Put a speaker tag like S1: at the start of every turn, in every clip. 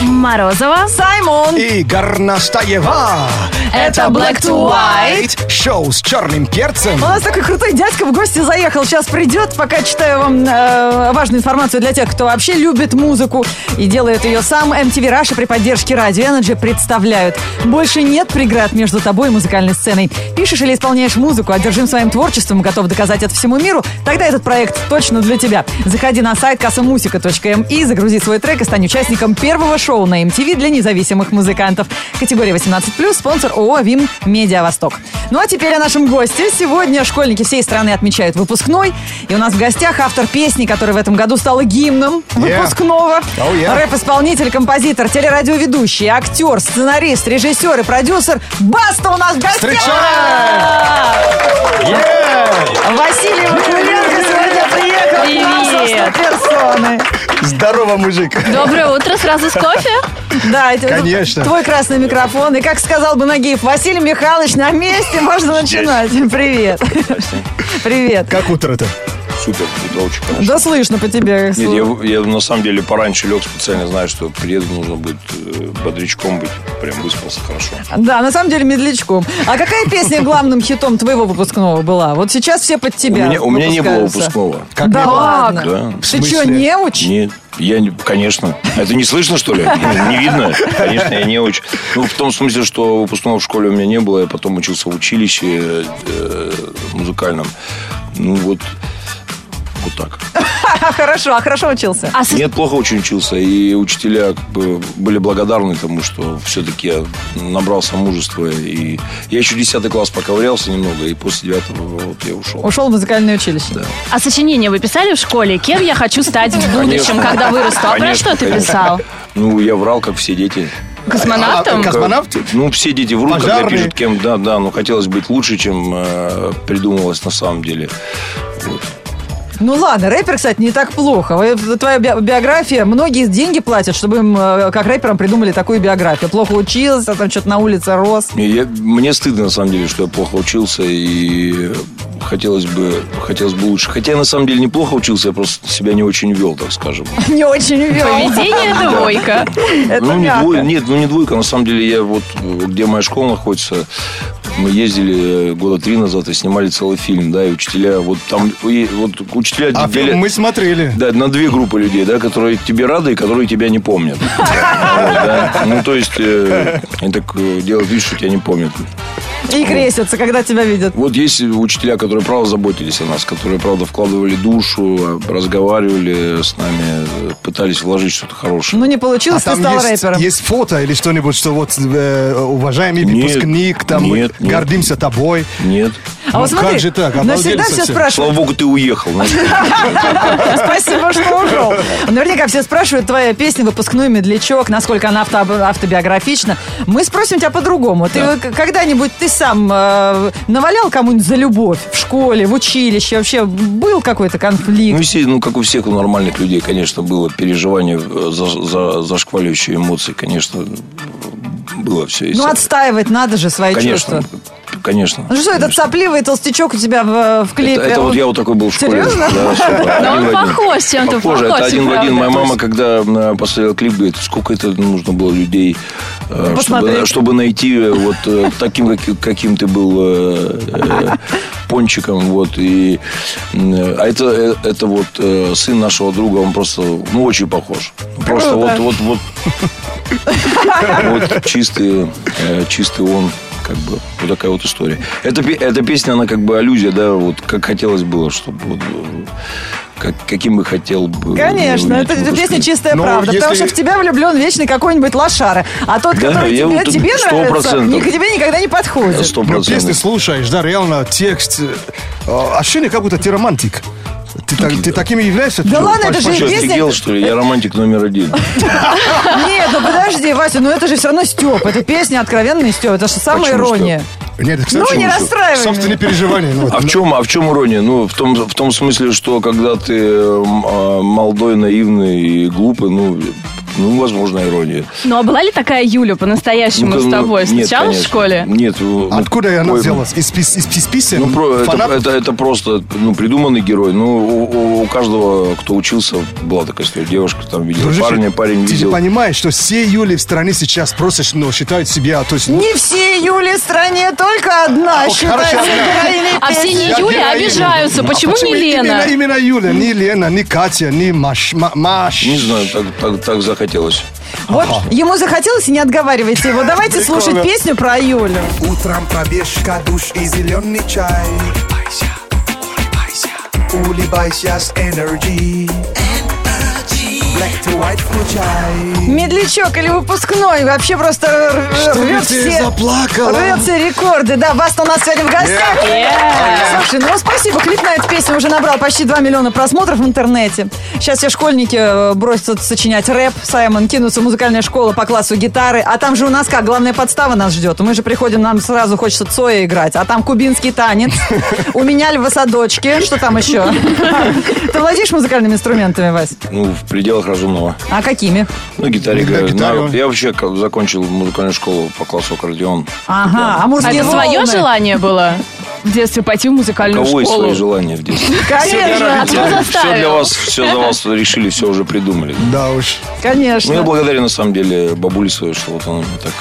S1: Морозова.
S2: Саймон.
S3: И Горностаева.
S1: Это Black to White.
S3: Шоу с черным перцем.
S2: У нас такой крутой дядька в гости заехал. Сейчас придет, пока читаю вам э, важную информацию для тех, кто вообще любит музыку и делает ее сам. MTV Раша при поддержке Радио Energy представляют. Больше нет преград между тобой и музыкальной сценой. Пишешь или исполняешь музыку, одержим своим творчеством, и готов доказать это всему миру, тогда этот проект точно для тебя. Заходи на сайт kassamusika.me, загрузи свой трек и стань участником первого шоу на MTV для независимых музыкантов. Категория 18+, спонсор ООО «Вим Медиа Восток». Ну а теперь о нашем госте. Сегодня школьники всей страны отмечают выпускной. И у нас в гостях автор песни, которая в этом году стала гимном
S3: Yeah.
S2: выпускного.
S3: Oh, yeah.
S2: Рэп-исполнитель, композитор, телерадиоведущий, актер, сценарист, режиссер и продюсер. Баста у нас в гостях!
S3: Встречаем!
S2: Василий Вакуленко сегодня приехал к нам
S1: Привет.
S2: собственной персоной.
S3: Здорово, мужик.
S1: Доброе утро, сразу с кофе.
S2: Да, это
S3: Конечно.
S2: твой красный микрофон. И как сказал бы Нагиев, Василий Михайлович на месте, можно начинать. Привет. Привет.
S3: Как утро-то?
S4: Супер, это очень хорошо.
S2: Да слышно по тебе.
S4: Нет, я, я на самом деле пораньше лег специально, знаю, что приеду, нужно будет э, бодрячком быть. Прям выспался хорошо.
S2: Да, на самом деле медлячком. А какая песня главным хитом твоего выпускного была? Вот сейчас все под тебя.
S4: у меня, у меня не было
S2: выпускаются.
S4: выпускного.
S3: Как
S2: да
S3: не было?
S2: ладно.
S4: Да. В
S2: Ты что,
S3: смысле?
S2: неуч?
S4: Нет, я, не- конечно. Это не слышно, что ли? Ну, Не видно? Конечно, я не очень. Ну, в том смысле, что выпускного в школе у меня не было. Я потом учился в училище э, музыкальном. Ну, вот, вот так.
S2: А, хорошо, а хорошо учился.
S1: А с-
S4: Нет, плохо очень учился, и учителя как бы, были благодарны тому, что все-таки я набрался мужества. И я еще 10 класс поковырялся немного, и после 9 вот я ушел.
S2: Ушел в музыкальное училище.
S1: а сочинение вы писали в школе? Кем я хочу стать в будущем,
S4: Конечно.
S1: когда вырасту? А про
S4: Конечно,
S1: что ты
S4: конечно.
S1: писал?
S4: Ну, я врал, как все дети.
S1: Космонавтом?
S3: А, Космонавты?
S4: Ну, все дети врут, когда
S3: Пожарные.
S4: пишут кем. Да, да, но хотелось быть лучше, чем э, придумывалось на самом деле. Вот.
S2: Ну ладно, рэпер, кстати, не так плохо. Вы- Твоя би- биография, многие деньги платят, чтобы им, э, как рэперам, придумали такую биографию. Плохо учился, там что-то на улице рос.
S4: Не, я- мне стыдно, на самом деле, что я плохо учился, и хотелось бы, хотелось бы лучше. Хотя я, на самом деле, неплохо учился, я просто себя не очень вел, так скажем.
S2: Не очень вел.
S1: Поведение двойка.
S2: Это
S4: ну, не
S2: мягко.
S4: двойка, нет, ну не двойка. На самом деле, я вот, э, где моя школа находится, мы ездили э, года три назад и снимали целый фильм, да, и учителя, вот там, и вот учителя
S3: А
S4: делят-
S3: фильм мы смотрели.
S4: да, на две группы людей, да, которые тебе рады и которые тебя не помнят. Вот, да. Ну, то есть, э, они так э, делают вид, что тебя не помнят.
S2: И крестятся, когда тебя видят.
S4: Вот есть учителя, которые, правда, заботились о нас, которые, правда, вкладывали душу, а, разговаривали с нами, э, пытались вложить что-то хорошее.
S2: Ну, не получилось, ты стал
S3: А есть,
S2: рэпером.
S3: есть фото или что-нибудь, что вот э, уважаемый
S4: Нет,
S3: выпускник, там мы
S4: нет, нет.
S3: гордимся тобой.
S4: Нет.
S2: А вот
S3: Ну,
S2: смотри,
S3: как же так?
S2: но
S3: Обалдели
S2: всегда все
S3: совсем.
S4: Слава
S2: спрашивают.
S4: богу, ты уехал. Ну, знаешь.
S2: Спасибо, что ушел. Наверняка все спрашивают, твоя песня «Выпускной медлячок», насколько она авто- автобиографична. Мы спросим тебя по-другому. Ты
S4: Да.
S2: вот когда-нибудь, ты сам э, навалял кому-нибудь за любовь в школе, в училище? Вообще был какой-то
S4: Ну,
S2: конфликт?
S4: естественно, ну, как у всех у нормальных людей, конечно, было переживание э, за, за- зашкваливающие эмоции, конечно, было все.
S2: Ну, отстаивать надо же свои
S4: конечно,
S2: чувства.
S4: конечно.
S2: Ну что, этот сопливый толстячок у тебя в, в клипе?
S4: Это, это вот я вот такой был в школе.
S2: Серьезно?
S4: Да, супер.
S1: Но
S4: Один
S1: он
S4: в один.
S1: похож чем-то,
S4: Похоже,
S1: похож,
S4: это один в
S1: правда.
S4: один. Моя мама, когда э, посмотрела клип, говорит, сколько это нужно было людей, э,
S2: Посмотреть.
S4: чтобы, чтобы найти э, вот э, таким, как- каким ты был э, э, пончиком. Вот, и, м, э, а это, э, это вот э, сын нашего друга, он просто, ну, очень похож. Просто вот, вот, вот, вот чистый, э, чистый он. Как бы, вот такая вот история. Эта, пе- эта песня, она как бы аллюзия, да, вот как хотелось было, чтобы вот, э, как, каким бы хотел бы.
S2: Конечно,
S4: видеть
S2: это
S4: выпускник.
S2: песня чистая
S3: Ну,
S2: правда, потому
S3: если-
S2: что в тебя влюблен вечный какой-нибудь лошара, а тот,
S4: Да,
S2: который
S4: я
S2: тебе,
S4: вот
S2: тебе
S4: сто
S2: нравится,
S4: процентов.
S2: ни- к тебе никогда не подходит.
S4: Сто
S3: Ну, песни
S4: процентов.
S3: слушаешь, да, реально текст. э, э, Ощущение, как будто ты романтик. Ты, так- ты таким и являешься?
S2: Да
S3: Ты
S2: ладно,
S3: пошла-
S2: это же
S4: Что,
S2: песня-
S4: офигел, что ли? Я романтик номер один.
S2: Нет, ну подожди, Вася, ну это же все равно Степ, это песня откровенный Степ, это же самая
S4: Почему
S2: ирония.
S3: Нет, кстати,
S2: Ну, не
S3: что-
S2: расстраивай
S3: Собственные переживания. ну, вот.
S4: А в чем, а в чем ирония? Ну, в том, в а, том смысле, что когда ты э, м- э, молодой, наивный и глупый, ну, Ну, возможно, ирония.
S1: Ну а была ли такая Юля по-настоящему
S4: Ну,
S1: с тобой?
S4: нет,
S1: Сначала
S4: конечно.
S1: в школе?
S4: Нет. э,
S3: Откуда
S4: ой,
S3: она взялась? Из, пис- из, пис- писем?
S4: Ну, про- это,
S3: Фанат?
S4: это- это просто ну, придуманный герой. Ну, у, у- у каждого, кто учился, была такая история. Девушка там видела
S3: Дружище,
S4: парня, парень
S3: ты же
S4: видел.
S3: понимаешь, что все Юли в стране сейчас просто ну, считают себя, то есть... ну,
S2: Не все Юли в стране, только одна считается
S3: хорошо.
S2: героиней
S1: А все
S2: песни.
S1: не
S3: я
S1: Юля
S3: героиня.
S1: обижаются.
S3: А
S1: Почему Ну, не Лена?
S3: Именно, именно Юля, не Лена, не Катя, не Маш, Ма- Маш.
S4: Не знаю, так, так- так захотелось.
S2: Вот ему захотелось, и не отговаривайте его. Давайте
S3: Прикольно.
S2: слушать песню про Юлю.
S5: Утром пробежка, душ и зеленый чай. Улыбайся, улыбайся. с Energy. Black to white включай.
S2: Медлячок или выпускной вообще просто р- рвет
S3: ты
S2: все...
S3: заплакала?
S2: Рвет все рекорды. Да, Баста у нас сегодня в гостях. Слушай, ну спасибо. Клип на эту песню уже набрал почти 2 миллиона просмотров в интернете. Сейчас все школьники э, бросятся сочинять рэп. Саймон кинутся в музыкальную школу по классу гитары. А там же у нас как? Главная подстава нас ждет. Мы же приходим, нам сразу хочется Цоя играть. А там кубинский танец. У меня львосадочки. Что там еще? Ты владеешь музыкальными инструментами, Вась?
S4: Ну, в пределах разумного.
S2: А какими?
S4: Ну, гитаре играю.
S3: гитаре.
S4: На- я вообще как- закончил музыкальную школу по классу аккордеон.
S2: Ага, а
S1: А
S2: мужские
S1: это свое
S2: волны?
S1: желание было в детстве пойти в
S4: У
S1: музыкальную
S4: кого есть свои
S1: Ну, школу?
S4: желания в детстве?
S2: Конечно,
S1: Кто
S4: Все для
S1: заставил?
S4: вас, все за вас решили, все уже придумали.
S3: Да уж.
S4: Ну, я
S2: конечно.
S4: благодарен, на самом деле, бабуле своей, что вот она меня так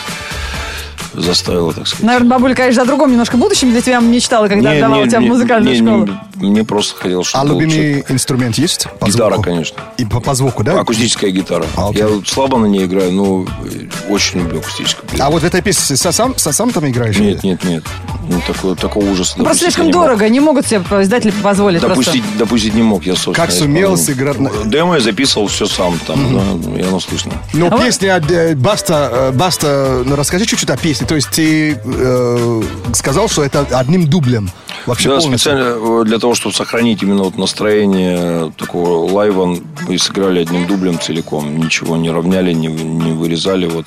S4: заставила, так сказать.
S2: Наверное, бабуля, конечно, о другом немножко будущем для тебя мечтала, когда
S4: Не,
S2: отдавала
S4: не,
S2: тебя в
S4: не,
S2: музыкальную
S4: не,
S2: школу. Ну,
S4: не, мне просто хотелось, чтобы
S3: А
S4: был человек.
S3: любимый инструмент есть? По
S4: Гитара,
S3: звуку?
S4: конечно.
S3: И по, по звуку, да?
S4: Акустическая гитара.
S3: А, окей.
S4: я вот слабо на ней играю, но э, очень люблю акустическую.
S3: А вот в этой песне со- сам, со- сам там играешь?
S4: Нет, нет, нет. Ну, такого, такого ужаса.
S2: Ну, просто
S4: допустить я
S2: слишком
S4: не мог.
S2: дорого, не могут себе издатели позволить
S4: Допустить, допустить не мог я, собственно.
S3: Как сумел
S4: исполнил.
S3: сыграть на-
S4: Демо я записывал все сам там, да, и оно слышно.
S3: Но
S2: А вот-
S3: песня от, э, Баста, э, Баста, ну расскажи чуть-чуть о песне. То есть ты э, сказал, что это одним дублем вообще
S4: Да,
S3: полностью.
S4: специально э, для того, чтобы сохранить именно вот настроение э, такого лайва, мы сыграли одним дублем целиком. Ничего не равняли, не, вы- не вырезали. Вот.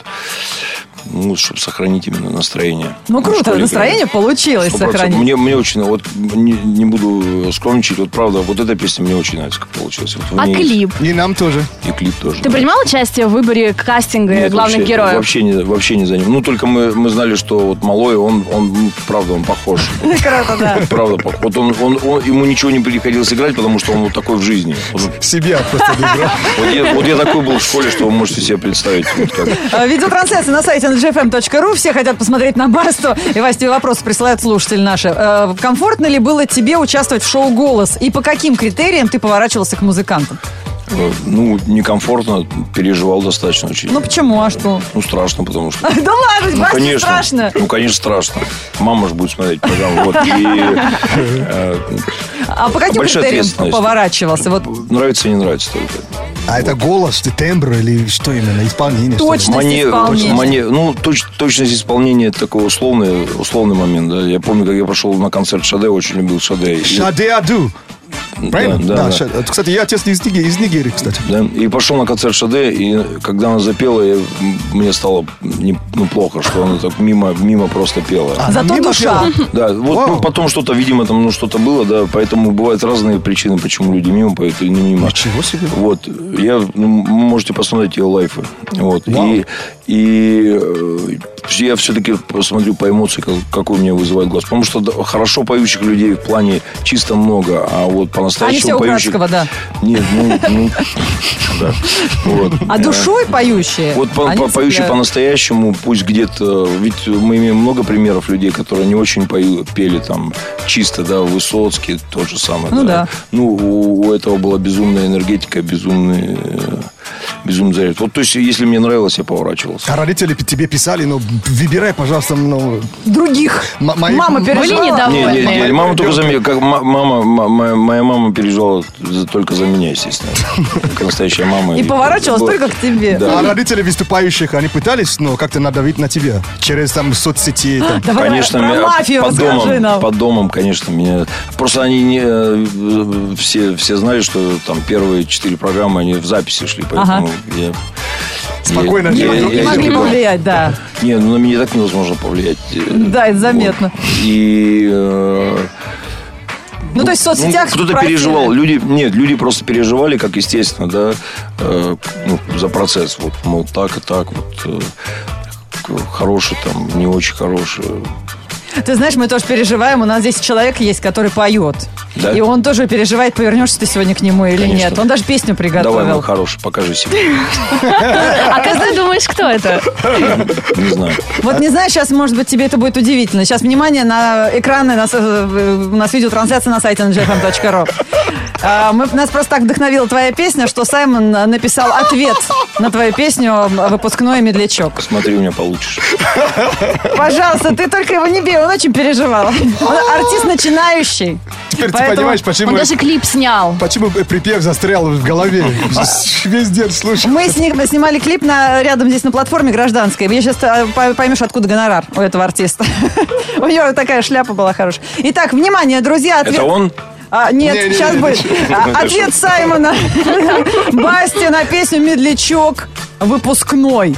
S4: Ну, чтобы сохранить именно настроение.
S2: просто. Ну,
S4: В школе
S2: круто,
S4: играли.
S2: настроение получилось
S4: Сто процентов.
S2: сохранить.
S4: Мне, мне очень, вот не, не буду э, скромничать, вот правда, вот эта песня мне очень нравится, как получилась. Вот в
S1: А
S4: ней
S1: клип?
S3: И нам тоже.
S4: И клип тоже.
S1: Ты
S4: да.
S1: принимал участие в выборе кастинга
S4: Нет,
S1: главных
S4: вообще,
S1: героев?
S4: Вообще не, вообще не за ним. Ну, только мы, мы знали, что вот Малой, он, он ну, правда, он похож.
S2: Круто, да.
S4: Правда, пох- вот он, он, он- ему ничего не приходилось играть, потому что он вот такой в жизни. Вот,
S3: Себя просто играл.
S4: вот я, вот я такой был в школе, что вы можете себе представить. вот как.
S2: А, Видеотрансляция на сайте ngfm.ru. Все хотят посмотреть на Басту. И, Вась, тебе вопросы присылают слушатели наши. Э, Комфортно ли было тебе участвовать в шоу «Голос»? И по каким критериям ты поворачивался к музыкантам?
S4: Э, Ну, некомфортно, переживал достаточно очень.
S2: Ну, почему, а что?
S4: Ну, страшно, потому что...
S2: Да ладно,
S4: Ну,
S2: Вась, не
S4: конечно.
S2: страшно.
S4: Ну, конечно, страшно. Мама же будет смотреть программу. Вот, и, э,
S2: А по каким
S4: большая
S2: критериям
S4: ответственность.
S2: поворачивался? Вот
S4: нравится, не нравится только.
S3: А это голос, ты тембр или что именно? Исполнение? что ли?
S2: Точно. Точность
S4: Мане-
S2: исполнения.
S4: мане- ну, точ- точность исполнения это такой условный, условный момент. да. Я помню, как я пошел на концерт Шаде, очень любил Шаде. И-
S3: Шаде Аду. Правильно?
S4: да, да.
S3: ша- это, Кстати, я отец из, Ниге- из Нигерии, кстати.
S4: да. И пошел на концерт Шаде, и когда она запела, я- м, мне стало не- ну, плохо, что она так мимо, мимо просто пела.
S3: Она
S2: Зато
S3: А мимо
S2: душа.
S3: пела?
S4: Да, вот
S3: Вау.
S4: ну, потом что-то, видимо, там ну, что-то было, да, поэтому бывают разные причины, почему люди мимо поют или не мимо.
S3: Ничего себе.
S4: Вот, я, ну, можете посмотреть ее лайфы. Вот,
S3: Вау.
S4: и, и э, я все-таки посмотрю по эмоции, как, какой у меня вызывает глаз. Потому что да, хорошо поющих людей в плане чисто много, а вот
S2: Они все
S4: по-настоящему
S2: у
S4: поющих...
S2: Градского, да.
S4: Нет, ну, ну, да. Вот.
S2: А душой поющие.
S4: Э, Вот по,
S2: они
S4: по- поющие
S2: цепляют.
S4: по-настоящему, пусть где-то, ведь мы имеем много примеров людей, которые не очень пою- пели там чисто, да, Высоцкий, тот же самый.
S2: Ну да.
S4: Ну, у, у этого была безумная энергетика, безумный, э, безумный заряд. Вот, то есть, если мне нравилось, я поворачивался.
S3: А родители пи- тебе писали, ну, выбирай, пожалуйста, ну...
S2: Других.
S3: м- мои-
S2: Мама переживала.
S1: Были недовольны?
S4: Не, не, не,
S1: Нормально.
S4: мама только за меня, как ма- мама, ма- моя, моя мама переживала за- только за меня, естественно, как настоящая мама.
S2: И поворачивалась
S4: было-
S2: только к тебе.
S4: Да.
S3: А родители выступающих, они пытались, ну, как-то надавить на тебя через там соцсети, там.
S2: Давай,
S4: Конечно,
S2: давай,
S4: меня-
S2: про мафию
S4: под
S2: расскажи
S4: домом,
S2: нам.
S4: под домом, конечно, меня. Просто они не э, все все знали, что там первые четыре программы они в записи шли, поэтому я я-
S3: Спокойно
S4: я-
S3: делали.
S4: я-
S3: Не
S4: я-
S2: Не
S4: я-
S2: могли
S4: я-
S2: повлиять, да.
S4: Не, ну на меня и так невозможно повлиять. Э,
S2: Да, это заметно.
S4: вот. И э,
S2: Ну, то есть в
S4: Ну,
S2: соцсетях...
S4: кто-то
S2: спросили.
S4: переживал. Люди, нет, люди просто переживали, как естественно, да, э, ну, за процесс. Вот, мол, так и так, вот, э, к- хороший там, не очень хороший. э,
S2: Ты знаешь, мы тоже переживаем. У нас здесь человек есть, который поет.
S4: Да?
S2: И он тоже переживает, повернешься ты сегодня к нему или
S4: Конечно.
S2: нет. Он даже песню
S4: Давай, мой
S2: приготовил.
S4: хороший, покажи себе.
S1: А как ты думаешь, кто это?
S4: Не знаю.
S2: вот не знаю, сейчас, может быть, тебе это будет удивительно. Сейчас, внимание, на экраны нас, э, э, у нас видеотрансляция на сайте ngfm.ru. эм А, Мы, нас просто так вдохновила твоя песня, что Саймон э, написал ответ на твою песню э, «Выпускной медлячок».
S4: Смотри, у меня получишь.
S2: Пожалуйста, ты только его не бей, он очень переживал. Он артист начинающий.
S3: Теперь
S2: Поэтому-
S3: ты понимаешь, почему,
S1: Он даже клип снял.
S3: почему припев застрял в голове. Весь день слушай.
S2: Мы с ним снимали клип на, рядом здесь на платформе гражданской. Я сейчас поймешь, откуда гонорар у этого артиста. У него такая шляпа была хорошая. Итак, внимание, друзья, ответ.
S4: Это он?
S2: А, нет,
S3: Не-не-не,
S2: сейчас будет. А,
S4: это
S2: Ответ
S4: шутка.
S2: Саймона. Басти на песню «Медлячок» выпускной.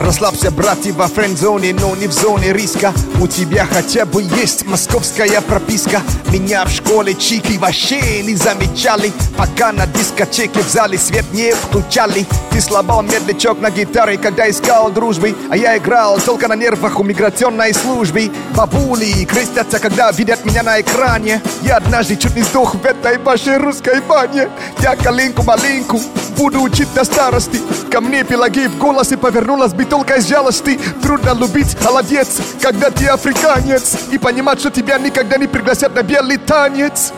S5: Расслабься, брат, ты во френд-зоне, но не в зоне риска У тебя хотя бы есть московская прописка Меня в школе чики вообще не замечали Пока на дискотеке в зале свет не включали Ты сломал медлячок на гитаре, когда искал дружбы А я играл только на нервах у миграционной службы Бабули крестятся, когда видят меня на экране Я однажды чуть не сдох в этой вашей русской бане Я калинку-малинку буду учить до старости Ко мне Пелагея в голосе повернулась бутылка из жалости Трудно любить, холодец, когда ты африканец И понимать, что тебя никогда не пригласят на белый танец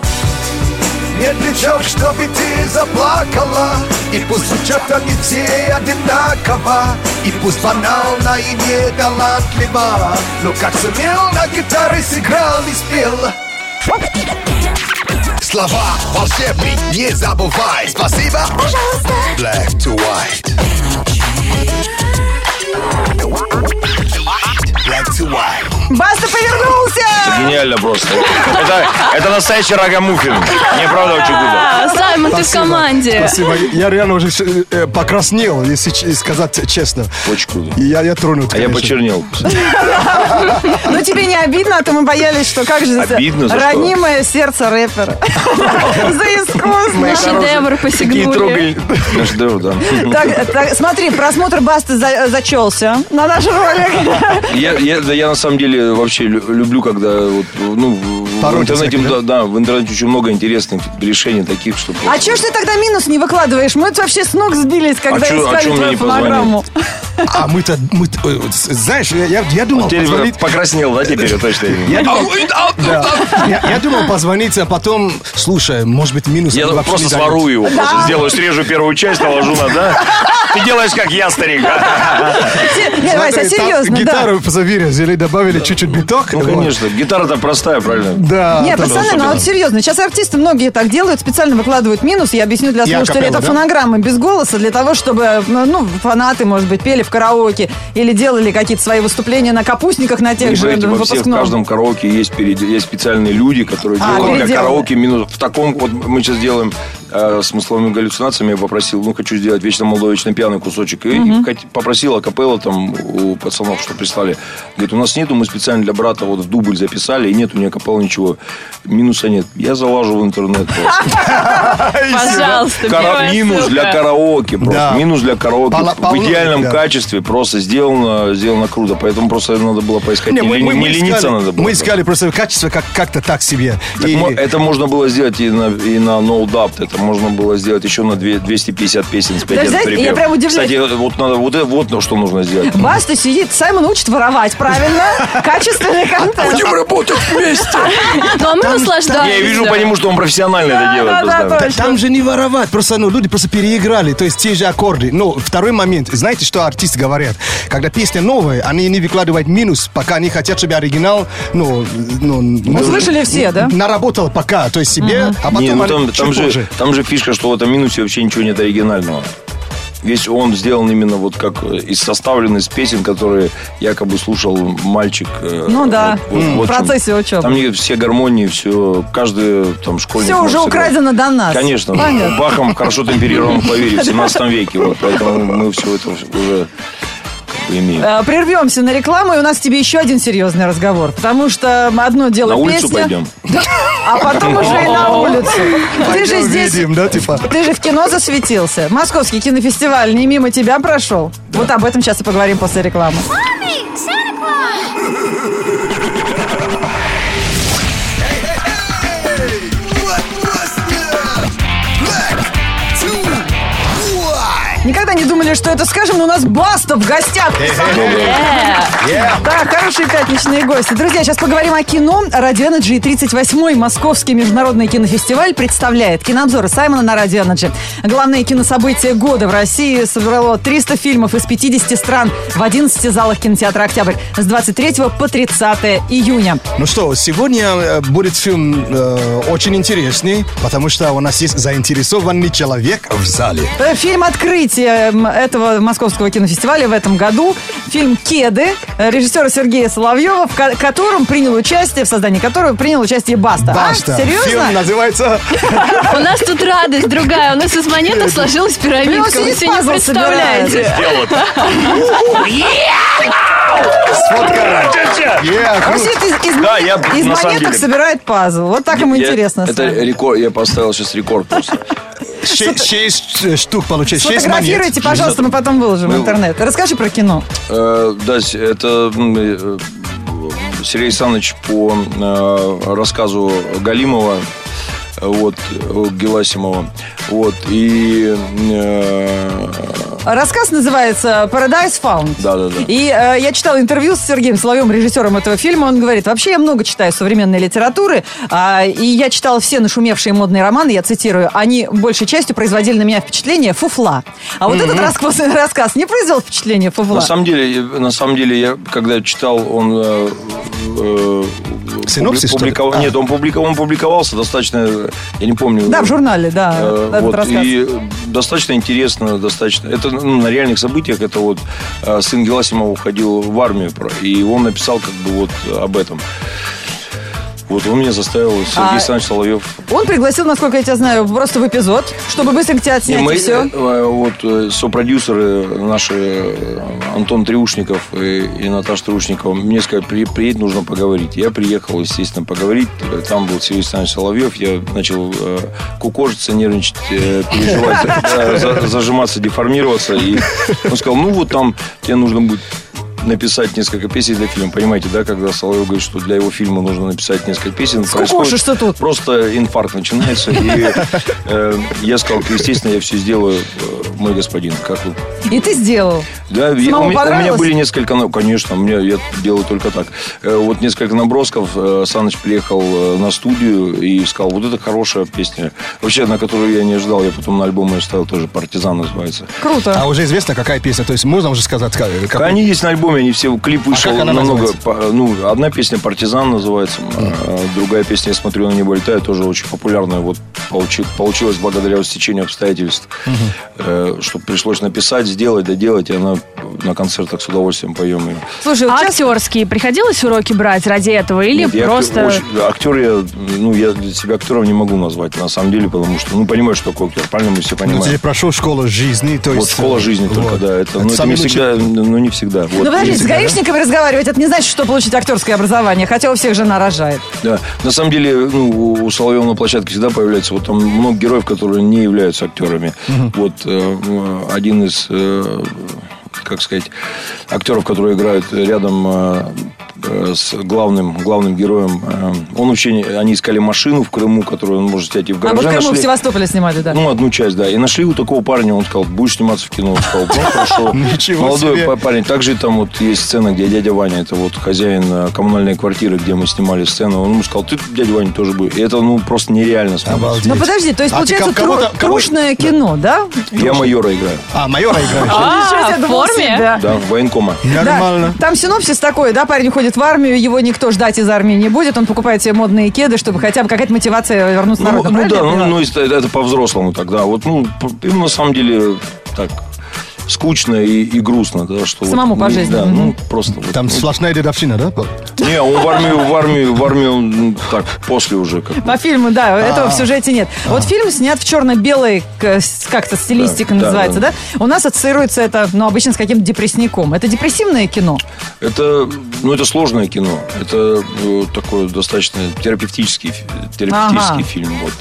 S5: Медлячок, чтобы ты заплакала И пусть звучат они все одинаково И пусть банально и не талантливо Но как сумел, на гитаре сыграл и спел Слова волшебные, не забывай Спасибо, пожалуйста Black to white Black to white
S2: Баста повернулся!
S4: Гениально просто. Это, это настоящий рагамуфин. Мне правда очень круто.
S1: А, Саймон, ты в
S3: Спасибо.
S1: команде.
S3: Спасибо. Я реально уже э, покраснел, если ч- сказать честно.
S4: Очень круто.
S3: И Я, я тронут,
S4: А я
S3: конечно.
S4: почернел.
S2: Ну тебе не обидно, а то мы боялись, что как же за-
S4: Обидно за что?
S2: ранимое сердце рэпера. За
S1: На
S2: искусство.
S1: шедевр
S4: Такие
S1: посягнули.
S4: трогали. Наш шедевр, да.
S2: Так, так, смотри, просмотр Басты за- зачелся на наш ролик.
S4: Я, я, да я на самом деле вообще лю- люблю, когда вот, ну, в- в
S3: Пародии
S4: интернете,
S3: всякие,
S4: да? да, в интернете очень много интересных решений таких, что
S2: А
S4: просто-
S2: чё ж ты тогда минус не выкладываешь? Мы тут вообще с ног сбились, когда
S4: А чё- а
S2: искали
S4: чё мне
S2: твою
S4: не
S2: фонограмму.
S3: А мы-то, мы-то, э, вот с- знаешь, я, я- я думал
S4: А Теперь
S3: позвонить...
S4: покраснел, да, теперь точно.
S3: Я думал, да. я, я думал позвонить, а потом, слушай, может быть, минус...
S4: Я
S3: они вообще
S4: просто
S3: не дают.
S4: сворую его, просто сделаю, срежу первую часть, наложу на, да? Ты делаешь как я, старик.
S2: Се- Не,
S3: Смотри,
S2: Вася,
S3: там
S2: серьезно, да.
S3: Гитару заверили, добавили чуть-чуть биток.
S4: Ну,
S3: вот.
S4: конечно, гитара-то простая, правильно?
S3: Да.
S2: Нет,
S3: да,
S2: пацаны,
S3: да.
S2: ну а вот серьезно, сейчас артисты многие так делают, специально выкладывают минус. Я объясню для
S3: Я
S2: слушателей, это
S3: акапелла, да?
S2: фонограммы без голоса, для того, чтобы, ну, ну, фанаты, может быть, пели в караоке или делали какие-то свои выступления на капустниках на тех
S4: Вы
S2: же
S4: знаете, во всех, в
S2: выпускном.
S4: каждом караоке есть, перед- есть специальные люди, которые
S2: А,
S4: делают для
S2: переделаны.
S4: караоке минус. В таком, вот мы сейчас делаем э, смысловыми галлюцинациями, я попросил, ну, хочу сделать вечно молодой, вечно пьяный кусочек. И, и кат- попросил акапелла там у пацанов, что прислали. Говорит, у нас нету, мы специально для брата вот в дубль записали, и нету ни акапелла, ничего. Минуса нет. Я залажу в интернет просто.
S1: Пожалуйста,
S4: Кара-
S1: первая
S4: Минус для
S1: ссылка.
S4: караоке просто.
S3: Да.
S4: Минус для караоке.
S3: Пола-
S4: В идеальном
S3: полно, да.
S4: качестве просто сделано, сделано круто. Поэтому просто надо было поискать.
S3: Не,
S4: Не
S3: мы,
S4: лени-
S3: мы- мы
S4: не лениться
S3: искали,
S4: надо было.
S3: мы искали просто качество как, как-то так себе.
S4: Так
S3: И-
S4: мо- э, это можно было сделать и на, и на No Doubt. Это можно было сделать еще на две- 250 песен с пять
S2: Да, знаете, я прям удивляюсь.
S4: Кстати, вот, надо, вот, это- вот что нужно сделать.
S2: Баста сидит, Саймон учит воровать, правильно? Качественный контент.
S4: работать вместе.
S1: Ну, а мы
S4: Я
S1: наслаждаемся.
S4: вижу по нему, что он профессионально это делает.
S2: да,
S4: просто.
S2: да, точно.
S3: Там же не воровать, просто ну, люди просто переиграли, то есть те же аккорды. Но второй момент, знаете, что артисты говорят? Когда песня новая, они не выкладывают минус, пока они хотят, чтобы оригинал, ну, ну, ну,
S2: Услышали все, да?
S3: Наработал пока, то есть себе, а потом
S4: Не, ну
S3: они
S4: там,
S3: чуть
S4: там же,
S3: позже.
S4: там же фишка, что в этом минусе вообще ничего нет оригинального. Весь он сделан именно вот как э, из составлен из песен, которые якобы слушал мальчик. э,
S2: Ну да,
S4: вот- вот-
S2: в
S4: вот чем.
S2: процессе учебы.
S4: Там не- все гармонии, все, каждый там школьник.
S2: Все
S4: может
S2: уже
S4: сыграть.
S2: украдено до нас.
S4: Конечно,
S2: Понятно.
S4: Бахом хорошо темперированном клавире в 17 веке. Вот, поэтому мы все это уже Поимеем.
S2: Э, Прервемся на рекламу, и у нас к тебе еще один серьезный разговор. Потому что одно дело
S4: На улицу
S2: песня,
S4: пойдем.
S2: а потом уже и на улицу. Ты же
S3: Пойдем,
S2: здесь
S3: видим, да, типа?
S2: ты же в кино засветился. Московский кинофестиваль не мимо тебя прошел. Вот об этом сейчас и поговорим после рекламы. Никогда не думали, что это скажем, но у нас Баста в гостях.
S1: Э,
S2: Да, хорошие пятничные гости. Друзья, сейчас поговорим о кино. Радио Energy 38-й Московский международный кинофестиваль представляет кинообзоры Саймона на Радио Energy. Главное кинособытие года в России собрало 300 фильмов из 50 стран в 11 залах кинотеатра «Октябрь» с 23 по 30 июня.
S3: Ну что, сегодня э, будет фильм э, очень интересный, потому что у нас есть заинтересованный человек в зале.
S2: Э, Фильм открытия м, этого московского кинофестиваля в этом году. Фильм «Кеды» э, режиссера Сергея Соловьева, в ко- котором принял участие, в создании которого принял участие Баста. А,
S3: Баста.
S2: серьезно?
S3: Фильм называется
S1: У нас тут радость другая. У нас из монеток сложилась
S4: Ну,
S1: пирамидка. Вы себе не
S2: пазл
S1: представляете.
S2: собирает.
S3: «Сфоткана». Yeah, круто.
S2: Вообще, А ты из,
S4: Да, я
S2: из
S4: на самом
S2: монеток
S4: деле.
S2: собирает пазл. Вот так ему
S4: Я-
S2: интересно.
S4: Это
S2: стало.
S4: рекорд, я поставил сейчас рекорд просто.
S3: Ше- Шесть э, штук получилось, шесть монет.
S2: Сфотографируйте, пожалуйста, мы потом выложим в
S4: Ну.
S2: интернет. Расскажи про кино.
S4: Э, Да, с- это м, э, Сергей Александрович по э, рассказу Галимова, э, вот, э, Геласимова, вот, и... э,
S2: Рассказ называется «Paradise Found».
S4: Да-да-да.
S2: И э, я читала интервью с Сергеем Соловьем, режиссером этого фильма. Он говорит, вообще я много читаю современной литературы, а, и я читала все нашумевшие модные романы, я цитирую, они большей частью производили на меня впечатление фуфла. А вот этот расквасный рассказ не произвел впечатление фуфла.
S4: На самом деле, э, на самом деле, я когда читал, он э, э,
S3: Синопсис, что ли?
S4: публиковал-
S3: А.
S4: нет, он, публика- он публиковался достаточно, э, я не помню.
S2: Да, в журнале, да,
S4: Э,
S2: этот
S4: вот,
S2: рассказ.
S4: и достаточно интересно, достаточно. Это ну, на реальных событиях, это вот э, сын Геласимова уходил в армию, про- и он написал как бы вот об этом. Вот он меня заставил, Сергей
S2: А-
S4: Александрович Соловьев.
S2: Он пригласил, насколько я тебя знаю, просто в эпизод, чтобы быстренько тебя
S4: Не,
S2: отснять,
S4: мы,
S2: и все.
S4: э, э, вот э, сопродюсеры наши э, Антон Трюшников и, и Наташа Трюшникова мне сказали, «При- приедь, нужно поговорить. Я приехал, естественно, поговорить. Э, Там был Сергей Александрович Соловьев. Я начал э, кукожиться, нервничать, э, переживать, э, за- зажиматься, деформироваться. И он сказал, ну вот там тебе нужно будет написать несколько песен для фильма. Понимаете, да, когда Соловьев говорит, что для его фильма нужно написать несколько песен. происходит-
S2: что тут?
S4: Просто инфаркт начинается. И э, я сказал, естественно, я все сделаю, э, мой господин. Как вы
S2: И ты сделал.
S4: да,
S2: Самому
S4: я- у, меня, у меня
S2: понравилось?
S4: были несколько, ну, конечно, у меня, я делаю только так. Э, Вот несколько набросков. Э, Саныч приехал э, на студию и сказал, вот это хорошая песня. Вообще, на которую я не ожидал, я потом на альбом ее ставил, тоже «Партизан» называется.
S2: Круто.
S3: А уже известно, какая песня, то есть можно уже сказать, как- какую?
S4: Они есть на альбоме, они все, клип вышел
S3: как она
S4: намного... по- ну, одна песня «Партизан» называется, а, другая песня «Я смотрю на небо летаю», тоже очень популярная. Вот получи- получилось благодаря вот стечению обстоятельств, э, что пришлось написать, сделать, доделать, и она на концертах с удовольствием поем ее.
S2: Слушай, вот
S1: А
S2: сейчас-
S1: актерские приходилось уроки брать ради этого? Или
S4: Нет, я актер-
S1: просто...
S4: очень- актер я, ну, я себя актером не могу назвать, на самом деле, потому что, ну, понимаешь, что такое актер, правильно мы все
S3: Ну, ты
S4: понимаем.
S3: же прошел школу жизни, то есть... э,
S4: вот школа жизни только,
S3: вот.
S4: да. Это, ну, это
S3: самый
S4: не
S3: лучший-
S4: всегда, ну, не всегда. Вот.
S2: Ну подожди, с
S4: Всегда, да.
S2: гаишниками разговаривать, это не значит, что получить актерское образование, хотя у всех жена рожает.
S4: Да. На самом деле, ну, у- у Соловьева на площадке всегда появляется вот там много героев, которые не являются актерами. Вот э, м, один из, э, как сказать, актеров, которые играют рядом э, э, с главным, главным героем. э, Он вообще, не- они искали машину в Крыму, которую он может снять и в
S2: А вот
S4: гараже
S2: в Крыму в
S4: нашли.
S2: Севастополе снимали, да.
S4: Ну, одну часть, да. И нашли у такого парня, он сказал, будешь сниматься в кино. Он сказал, ну, хорошо.
S3: Ничего
S4: Молодой
S3: себе.
S4: па- парень. Также там вот есть сцена, где дядя Ваня, это вот хозяин э, коммунальной квартиры, где мы снимали сцену. Он ему сказал, ты, дядя Ваня, тоже будешь. И это, ну, просто нереально смотреть.
S3: Обалдеть.
S2: Ну подожди, то есть
S3: А ты
S2: получается
S3: кого- кого-то-
S2: тру-
S3: кого-
S2: трушное кино, да? Ну,
S4: Я майора играю.
S3: А, майора играешь.
S1: А,
S2: Ничего себе,
S1: в
S2: думала,
S1: форме?
S2: себя.
S4: Да, военкома.
S2: Да,
S3: Нормально.
S2: там синопсис такой, да, парень уходит в армию, его никто ждать из армии не будет, он покупает себе модные кеды, чтобы хотя бы какая-то мотивация вернуться на
S4: Ну,
S2: родину,
S4: ну
S2: правильно
S4: да,
S2: я
S4: ну,
S2: поняла?
S4: ну, это, это по-взрослому тогда. Вот, ну, п- им на самом деле так. скучно и, и грустно. Да, что вот,
S2: Самому по
S4: ну,
S2: жизни.
S4: Да,
S2: Мгм.
S4: ну просто. вот.
S3: Там сплошная дедовщина, да?
S4: Не, он в армию, в армию, в армию он ну, так, после уже как.
S2: По фильму, А да, этого в
S4: А.
S2: сюжете нет. Вот фильм снят в черно-белой, к- с- как-то стилистика
S4: Да, да,
S2: называется, да? У нас ассоциируется это, ну, обычно с каким-то депрессником. Это депрессивное кино?
S4: Это, ну, это сложное кино. Это э, такой достаточно терапевтический, фи- терапевтический
S2: Ага.
S4: фильм. Вот.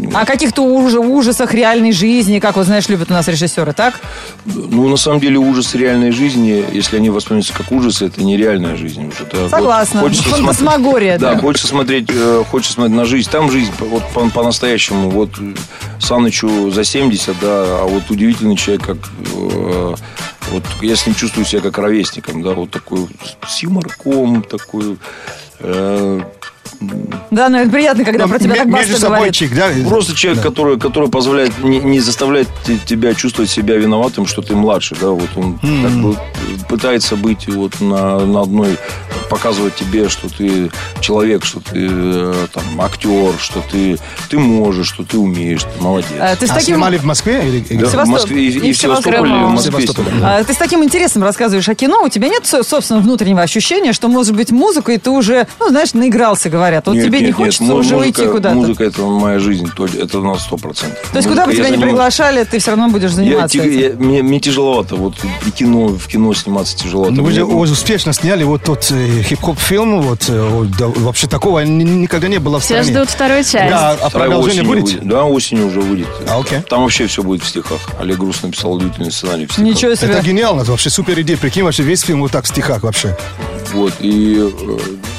S4: М,
S2: О каких-то уж- ужасах реальной жизни, как, вот знаешь, любят у нас режиссеры, так?
S4: Ну, на самом деле, ужас реальной жизни, если они воспринимаются как ужас, это нереальная жизнь уже. Да, вот
S2: Согласна.
S4: хочется смотреть-
S2: Фантасмагория,
S4: Да,
S2: да.
S4: хочется смотреть, э, хочется смотреть на жизнь. Там жизнь по- вот по- по-настоящему. Вот э, Санычу за 70, да, а вот удивительный человек, как э, вот я с ним чувствую себя как ровесником, да, вот такой вот с юморком, такой э,
S2: Да, ну это приятно, когда про тебя так
S3: между
S2: баста
S3: собой
S2: говорит.
S3: чик, да?
S4: Просто человек, который, который позволяет, не, не заставляет те- тебя чувствовать себя виноватым, что ты младше, да, вот он как бы пытается быть вот на, на одной, показывать тебе, что ты человек, что ты э, там актер, что ты, ты можешь, что ты умеешь, ты молодец.
S2: Э, Ты с
S3: А
S2: таким...
S3: снимали в Москве? или- или-
S4: Да,
S2: Севастоп-
S4: в Москве и,
S2: и
S4: и
S2: в
S4: в Севастополе,
S1: Севастополе.
S4: и в Москве.
S3: Севастополь,
S4: снимали.
S2: А, Ты с таким интересом рассказываешь о кино, у тебя нет со- собственного внутреннего ощущения, что, может быть, музыкой ты уже, ну, знаешь, наигрался, говорят. Вот
S4: Нет,
S2: тебе
S4: нет,
S2: не
S4: нет,
S2: хочется
S4: му-
S2: уже
S4: музыка-
S2: уйти куда-то.
S4: Музыка – это моя жизнь, то- это на 100%.
S2: То есть, куда бы тебя не приглашали, ты все равно будешь
S4: Я,
S2: заниматься.
S4: тяг-
S2: этим.
S4: я- мне, мне тяжеловато, вот и кино, в кино сниматься тяжеловато.
S3: Ну, вы же
S4: Мне-
S3: у- успешно сняли вот тот э, хип-хоп фильм, вот э, вот, да, вообще такого ни- никогда не было в
S1: Все
S3: стране.
S1: ждут вторую часть.
S3: Да, а
S4: Вторая
S3: продолжение
S4: осенью
S3: будет?
S4: Да, осенью уже выйдет.
S3: А, окей.
S4: Там вообще все будет в стихах. Олег Груз написал удивительный сценарий в стихах.
S2: Ничего себе.
S3: Это гениально, это вообще супер идея. Прикинь, вообще весь фильм вот так в стихах вообще.
S4: Вот, и... э,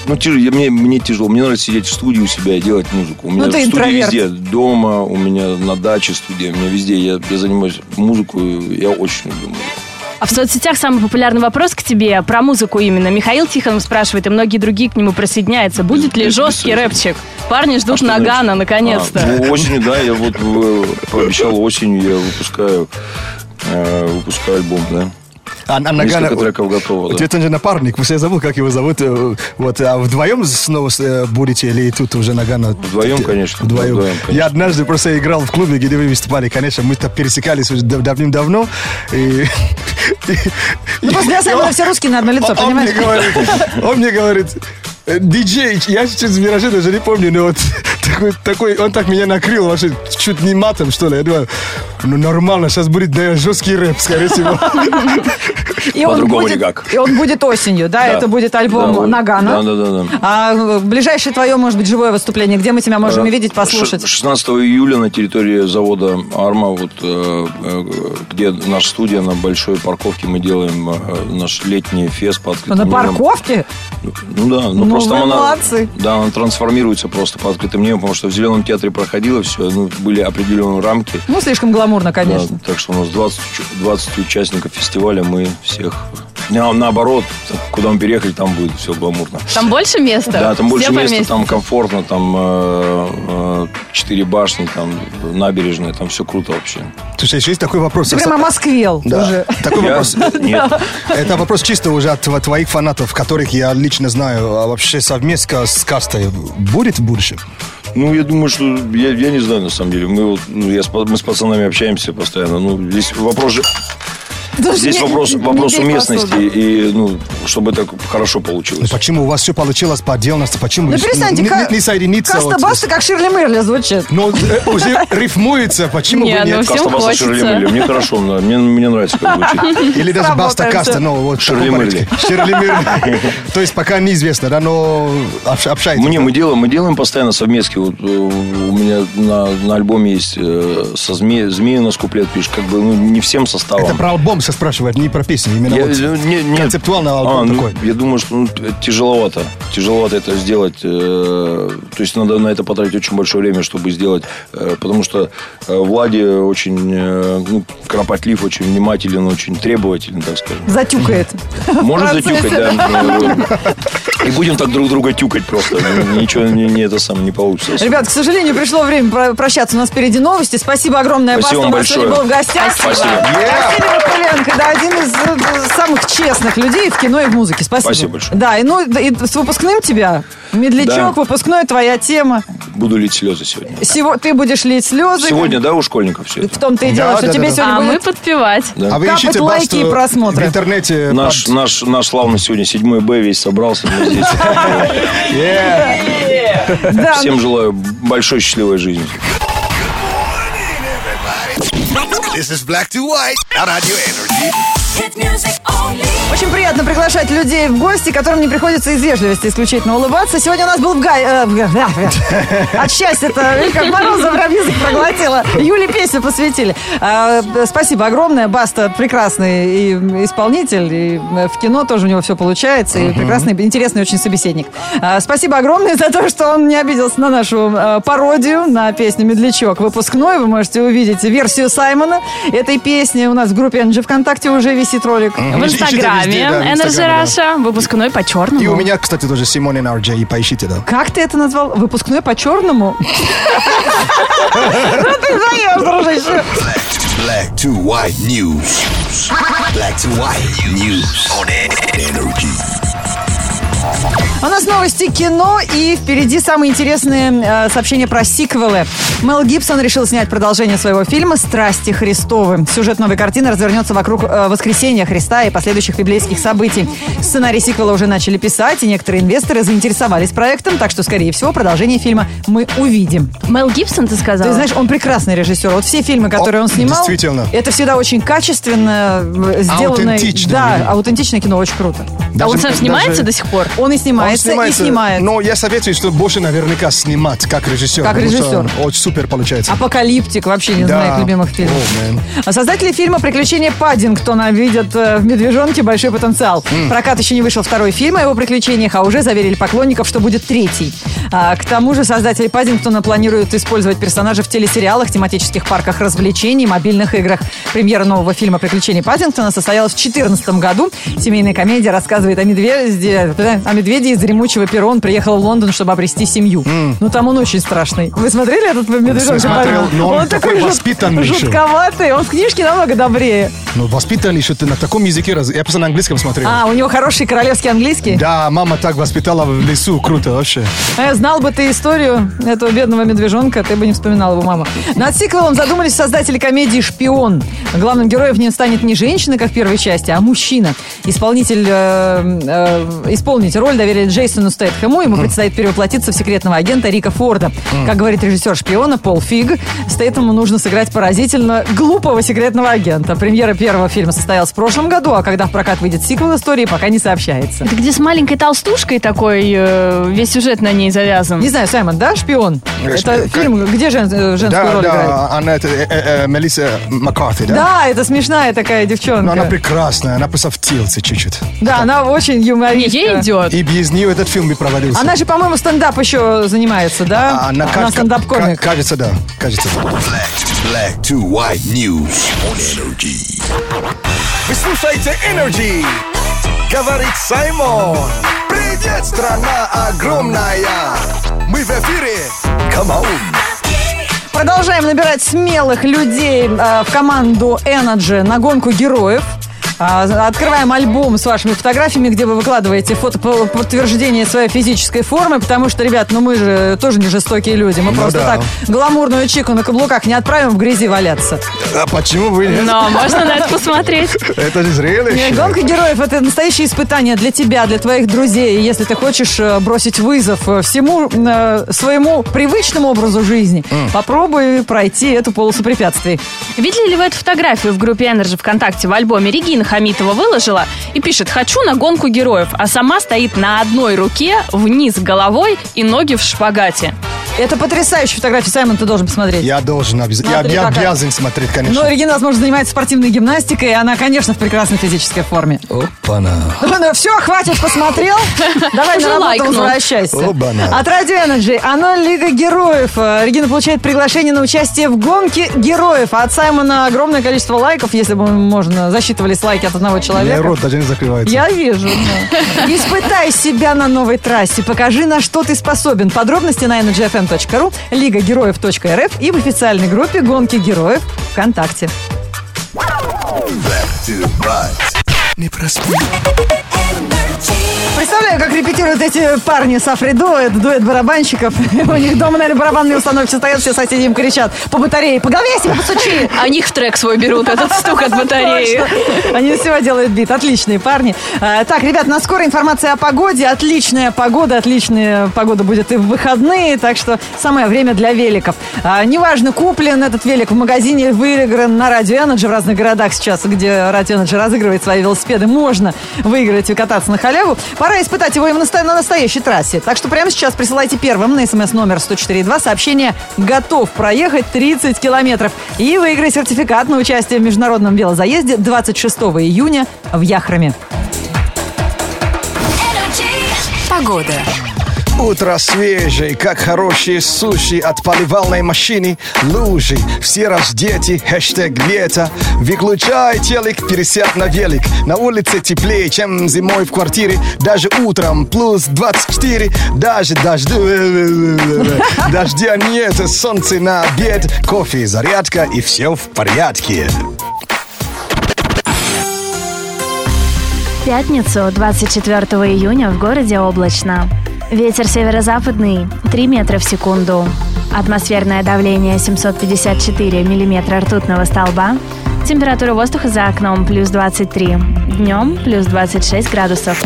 S4: Ну, тяж- я- мне, мне тяжело. Мне нравится сидеть в студии у себя и делать музыку. У меня
S2: Ну, ты
S4: студия
S2: интроверт.
S4: везде. Дома, у меня на даче студия, у меня везде. Я, я занимаюсь музыкой, я очень люблю музыку.
S1: А в соцсетях самый популярный вопрос к тебе про музыку именно. Михаил Тихонов спрашивает, и многие другие к нему присоединяются. Будет ли
S4: Без- без
S1: жесткий
S4: связи.
S1: рэпчик? Парни ждут
S4: что значит?
S1: Нагана,
S4: А,
S1: наконец-то.
S4: ну, осенью, да, я вот э, пообещал осенью, я выпускаю, э, выпускаю альбом, да.
S3: А, а Нагана-
S4: Несколько треков готово, да.
S3: Вот это же напарник, потому что я забыл, как его зовут. э, Вот, а вдвоем снова с- э, будете или тут уже Нагана?
S4: Вдвоем,
S3: Т- т-
S4: конечно,
S3: Вдвоем.
S4: вдвоем, конечно.
S3: Я однажды просто играл в клубе, где вы выступали. Конечно, мы там пересекались уже дав- давным-давно. И...
S2: Ну, просто для
S3: И он-
S2: Саймона все русские на одно лицо,
S3: он, он мне
S2: Ну, понимаешь?
S3: говорит, он мне говорит, «Э, диджей, я сейчас вираже даже не помню, но вот такой, такой, он так меня накрыл вообще чуть не матом, что ли. Я думаю, ну нормально, сейчас будет, наверное, жесткий рэп, скорее всего.
S2: И он,
S4: По-другому
S2: будет,
S4: никак.
S2: и он будет осенью, да?
S4: Да.
S2: А Это будет альбом
S4: Да, вот.
S2: Нагана.
S4: Да, да, да, да.
S2: А э, ближайшее твое, может быть, живое выступление, где мы тебя можем
S4: Э,
S2: увидеть, послушать?
S4: ш- 16 июля на территории завода «Арма», вот, э, э, где наша студия, на большой парковке мы делаем э, наш летний фест. По
S2: Ну,
S4: открытым
S2: на
S4: небом.
S2: парковке?
S4: Ну да, ну,
S2: Ну,
S4: просто
S2: вы
S4: там она,
S2: молодцы.
S4: Да, она трансформируется просто по открытым небом, потому что в «Зеленом театре» проходило все, ну, были определенные рамки.
S2: Ну, слишком гламурно,
S4: Да,
S2: конечно.
S4: так что у нас 20, уч- 20 участников фестиваля, мы всех... На- наоборот, куда мы переехали, там будет все гламурно.
S1: Там больше места?
S4: Да, там больше
S1: Все
S4: места,
S1: поместятся?
S4: там комфортно, там э, э, четыре башни, там набережная, там все круто вообще.
S3: Слушай, еще есть такой вопрос.
S2: Ты прямо москвел
S3: Да.
S2: уже.
S3: Такой
S4: Я-
S3: вопрос.
S4: Нет,
S3: Это вопрос чисто уже от тво- твоих фанатов, которых я лично знаю. А вообще совместка с кастой будет в будущем?
S4: ну я думаю, что я, я не знаю на самом деле. Мы вот, ну, я с па- мы с пацанами общаемся постоянно. Ну здесь вопрос же,
S2: Даже
S4: здесь
S2: не-
S4: вопрос
S2: не
S4: вопрос
S2: бей
S4: уместности
S2: посуду.
S4: и ну чтобы это хорошо
S3: Ну,
S4: получилось.
S3: почему у вас все получилось по отдельности? Почему
S2: Ну, перестаньте,
S3: не,
S2: ка-
S3: не- не соединиться?
S2: Каста
S3: вот?
S2: Баста как Ширли Мерли звучит.
S3: Но э, уже рифмуется, почему
S1: Не,
S3: бы
S1: ну
S3: нет?
S1: всем
S4: Каста Баса
S1: хочется.
S4: Шерлемели. Мне хорошо, да, мне, мне нравится, как звучит.
S3: Или даже Баста Каста, ну вот в таком
S4: Ширли Мырли.
S3: порядке. Ширли Мырли. То есть пока неизвестно, да, но общ- общаетесь.
S4: Мне мы делаем, мы делаем постоянно совместки. Вот э, у меня на, на альбоме есть э, со зме, змеи у нас куплет пишет, как бы ну, не всем составом.
S3: Это про альбом сейчас спрашивают, не про песни, именно
S4: Я,
S3: Ну, вот.
S4: э, не- не-
S3: концептуально
S4: А,
S3: альбом
S4: ну,
S3: такой.
S4: Я думаю, что ну, т- тяжеловато. Тяжеловато это сделать. э, то есть надо на это потратить очень большое время, чтобы сделать. э, потому что э, Влади очень э, ну, кропотлив, очень внимателен, очень требователен, так скажем.
S2: Затюкает.
S4: Может
S2: процессе.
S4: затюкать, да. э, И будем так друг друга тюкать просто. Ничего не, не это сам не получится.
S2: Ребят, к сожалению, пришло время про- прощаться. У нас впереди новости. Спасибо огромное, Баста.
S4: Спасибо вам
S2: У нас сегодня был
S4: большое.
S2: в гостях.
S4: Спасибо.
S2: Василий Вакуленко, да, один из э, самых честных людей в кино и в музыке. Спасибо.
S4: Спасибо большое.
S2: Да, и, ну, да, и с выпускным тебя. Медлячок,
S4: Да.
S2: выпускной, твоя тема.
S4: Буду лить слезы сегодня.
S2: Сего- ты будешь лить слезы.
S4: Сегодня, да, у школьников все
S2: В том-то и
S3: Да,
S2: дело, что
S3: да,
S2: тебе
S3: да, да.
S2: сегодня
S1: А мы
S2: будет...
S1: подпевать.
S4: Да.
S3: А вы
S2: Капать
S3: ищите
S2: лайки
S3: басту
S2: и просмотры.
S3: в интернете?
S4: Наш, наш, наш славный сегодня 7 Б весь собрался. Мы здесь.
S3: Yeah.
S2: Да,
S4: Всем желаю большой счастливой жизни.
S6: This is Black to White на радио Energy.
S7: Hit music only.
S2: Очень приятно приглашать людей в гости, которым не приходится из вежливости исключительно улыбаться. Сегодня у нас был в Гай... э, в Гай- да, От счастья-то, как Морозов прям язык проглотила. Юле песню посвятили. А, э, Спасибо огромное. Баста прекрасный и исполнитель, и э, в кино тоже у него все получается, и прекрасный, интересный очень собеседник. А, Спасибо огромное за то, что он не обиделся на нашу э, пародию на песню «Медлячок» выпускной. Вы можете увидеть версию Саймона этой песни. У нас в группе NG ВКонтакте уже висит ролик.
S1: В
S3: Ищите везде,
S1: Инстаграме
S3: да, в
S1: Energy
S3: Инстаграме,
S1: Russia, выпускной по черному.
S3: И у меня, кстати, тоже Симон Энарджи, и поищите, да.
S2: Как ты это назвал? Выпускной по черному? Ну ты даешь, дружище.
S6: Black to White News. Black to White News on Energy.
S2: У нас новости кино и впереди самые интересные э, сообщения про сиквелы. Мел Гибсон решил снять продолжение своего фильма «Страсти Христовы». Сюжет новой картины развернется вокруг э, воскресения Христа и последующих библейских событий. Сценарий сиквела уже начали писать, и некоторые инвесторы заинтересовались проектом, так что, скорее всего, продолжение фильма мы увидим.
S1: Мел Гибсон, ты сказала?
S2: Ты знаешь, он прекрасный режиссер. Вот все фильмы, которые он снимал,
S3: действительно.
S2: это всегда очень качественно э, сделанное.
S3: Аутентичное.
S2: Да, аутентичное кино очень круто.
S1: а он
S3: Даже-
S1: сам снимается
S3: даже-
S1: до сих пор?
S2: Он и
S3: Он
S2: снимается, и снимает.
S3: Но я советую, что больше наверняка снимать, как режиссер.
S2: Как
S3: потому что
S2: режиссер. А
S3: Очень супер получается.
S2: Апокалиптик вообще не из
S3: Да.
S2: моих любимых фильмов.
S3: О, мэн.
S2: А Создатели фильма «Приключения Паддингтона» видят э, в «Медвежонке» большой потенциал.
S3: Хм.
S2: В Прокат еще не вышел второй фильм о его приключениях, а уже заверили поклонников, что будет третий. А, к тому же создатели «Паддингтона» планируют использовать персонажа в телесериалах, тематических парках развлечений, мобильных играх. Премьера нового фильма «Приключения Паддингтона» состоялась в 2014 году. Семейная комедия рассказывает о медведе, о медведе из дремучего пера. Он приехал в Лондон, чтобы обрести семью.
S3: Хм.
S2: Ну, там он очень страшный. Вы смотрели этот «Медвежонок»?
S3: смотрел, но он такой
S2: жут-
S3: воспитанный еще.
S2: жутковатый. Он в книжке намного добрее.
S3: Ну, воспитанный еще ты на таком языке. раз- Я просто на английском смотрел.
S2: А, у него хороший королевский английский.
S3: Да, мама так воспитала в лесу. Круто вообще.
S2: Э, знал бы ты историю этого бедного медвежонка, ты бы не вспоминал его маму. Над сиквелом задумались создатели комедии «Шпион». Главным героем в нем станет не женщина, как в первой части, а мужчина. Исполнитель, э, э, исполнить роль доверили Джейсону Стэтхэму. Ему предстоит перевоплотиться в секретного агента Рика Форда. Как говорит режиссер «Шпиона» Пол Фиг, Стэтхэму нужно сыграть поразительно глупого секретного агента. Премьера первого фильма состоялась в прошлом году, а когда в прокат выйдет сиквел истории, пока не сообщается.
S1: Ты где с маленькой толстушкой такой, э, весь сюжет на ней завязан.
S2: Не знаю, Саймон, да, шпион?
S3: Э,
S2: Это
S3: шпион,
S2: фильм, где жен- э, женскую
S3: Да,
S2: роль играет?
S3: да, она это, э, э, э, Мелисса Маккарти, да?
S2: Да, это смешная такая девчонка.
S3: Но она прекрасная, она просто втелся чуть-чуть.
S2: Да, она очень
S1: Не,
S2: юмористка.
S1: ей идет.
S3: И без нее этот фильм бы провалился.
S2: Она же, по-моему, стендап еще занимается, да?
S3: А, она, кажется-
S2: стендап-комик.
S3: ка- Кажется, да. Кажется, да.
S6: Black to White News on Energy.
S5: Вы слушаете Energy. Говорит Саймон. Привет, страна огромная. Мы в эфире. Come on.
S2: Продолжаем набирать смелых людей э, в команду Energy на гонку героев. А, Открываем альбом с вашими фотографиями, где вы выкладываете фото по- подтверждение своей физической формы, потому что, ребят, ну мы же тоже не жестокие люди. Мы просто
S3: Ну да.
S2: так гламурную чику на каблуках не отправим в грязи валяться.
S3: А почему вы нет?
S1: Но можно на это посмотреть.
S3: Это же
S2: Э,
S3: зрелище.
S2: Гонка героев это настоящее испытание для тебя, для твоих друзей. И Если ты хочешь э, бросить вызов э, всему э, своему привычному образу жизни, попробуй пройти эту полосу препятствий.
S1: Видели ли вы эту фотографию в группе Energy ВКонтакте в альбоме? Регина Хамитова выложила и пишет «Хочу на гонку героев», а сама стоит на одной руке, вниз головой и ноги в шпагате.
S2: Это потрясающая фотография, Саймон, ты должен посмотреть.
S3: Я должен, обяз- я,
S2: Смотри,
S3: я
S2: какая.
S3: обязан смотреть,
S2: Но
S3: конечно.
S2: Регина, возможно, занимается спортивной гимнастикой, и она, конечно, в прекрасной физической форме.
S3: Опана.
S2: Ну, ну, все, хватит, посмотрел. Давай
S1: Уже
S2: на работу
S1: лайкнул.
S2: возвращайся.
S3: Оба-на.
S2: От Radio Energy. Оно Лига Героев. Э, Регина получает приглашение на участие в гонке героев. А От Саймона огромное количество лайков, если бы можно засчитывались лайки от одного
S3: У меня
S2: человека.
S3: рот даже не закрывается.
S2: Я вижу. да. Испытай себя на новой трассе. Покажи, на что ты способен. Подробности на energyfm.ru, лигагероев.рф и в официальной группе «Гонки героев» ВКонтакте.
S6: Black to White. Не проспи.
S7: Energy.
S2: Представляю, как репетируют эти парни с Афридо, это дуэт барабанщиков. У них дома, наверное, барабанные установки стоят, все соседи им кричат по батарее, по голове себе постучи.
S1: О А них в трек свой берут, этот стук от батареи.
S2: Точно. Они из всего делают бит. Отличные парни. А, Так, ребят, на скоро информация о погоде. Отличная погода. Отличная погода будет и в выходные. Так что самое время для великов. А, Неважно, куплен этот велик в магазине, выигран на Радио Energy в разных городах сейчас, где Радио Energy разыгрывает свои велосипеды. Можно выиграть и кататься на халяву. Пора испытать его и в наста- на настоящей трассе. Так что прямо сейчас присылайте первым на смс номер 104.2 сообщение «Готов проехать 30 километров» и выиграй сертификат на участие в международном велозаезде 26 июня в Яхраме.
S7: Energy.
S5: Утро свежее, как хорошие суши От поливалной машины лужи Все раздеты, хэштег лето Выключай телек, пересядь на велик На улице теплее, чем зимой в квартире Даже утром плюс 24 Даже дождю Дождя нет, солнце на обед Кофе, зарядка и все в порядке
S8: В пятницу, 24 июня, в городе облачно. Ветер северо-западный 3 метра в секунду. Атмосферное давление 754 миллиметра ртутного столба. Температура воздуха за окном плюс 23. Днем плюс 26 градусов.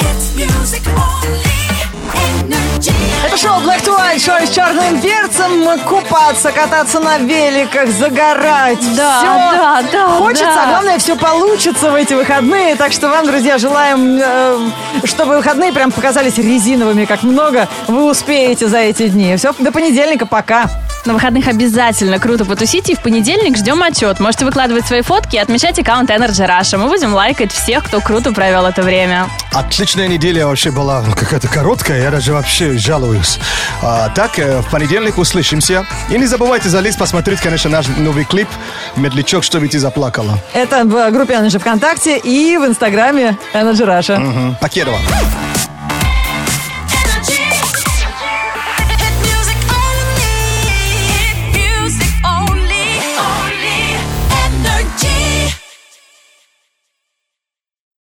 S7: Hits music only. Energy.
S2: Это шоу Black to White, шоу с черным перцем. Купаться, кататься на великах, загорать. Всё.
S1: Да, да, да.
S2: Хочется,
S1: да.
S2: а главное, все получится в эти выходные. Так что вам, друзья, желаем, э, чтобы выходные прям показались резиновыми, как много вы успеете за эти дни. Все, до понедельника, пока.
S1: На выходных обязательно круто потусите, и в понедельник ждем отчет. Можете выкладывать свои фотки и отмечать аккаунт Energy Russia. Мы будем лайкать всех, кто круто провел это время.
S3: Отличная неделя вообще была, ну, какая-то короткая, я даже вообще жалуюсь. А, так, э, в понедельник услышимся. И не забывайте залезть, посмотреть, конечно, наш новый клип «Медлячок, чтобы ты заплакала».
S2: Это в группе Energy ВКонтакте и в Инстаграме Energy Раша.
S3: М, Покедова.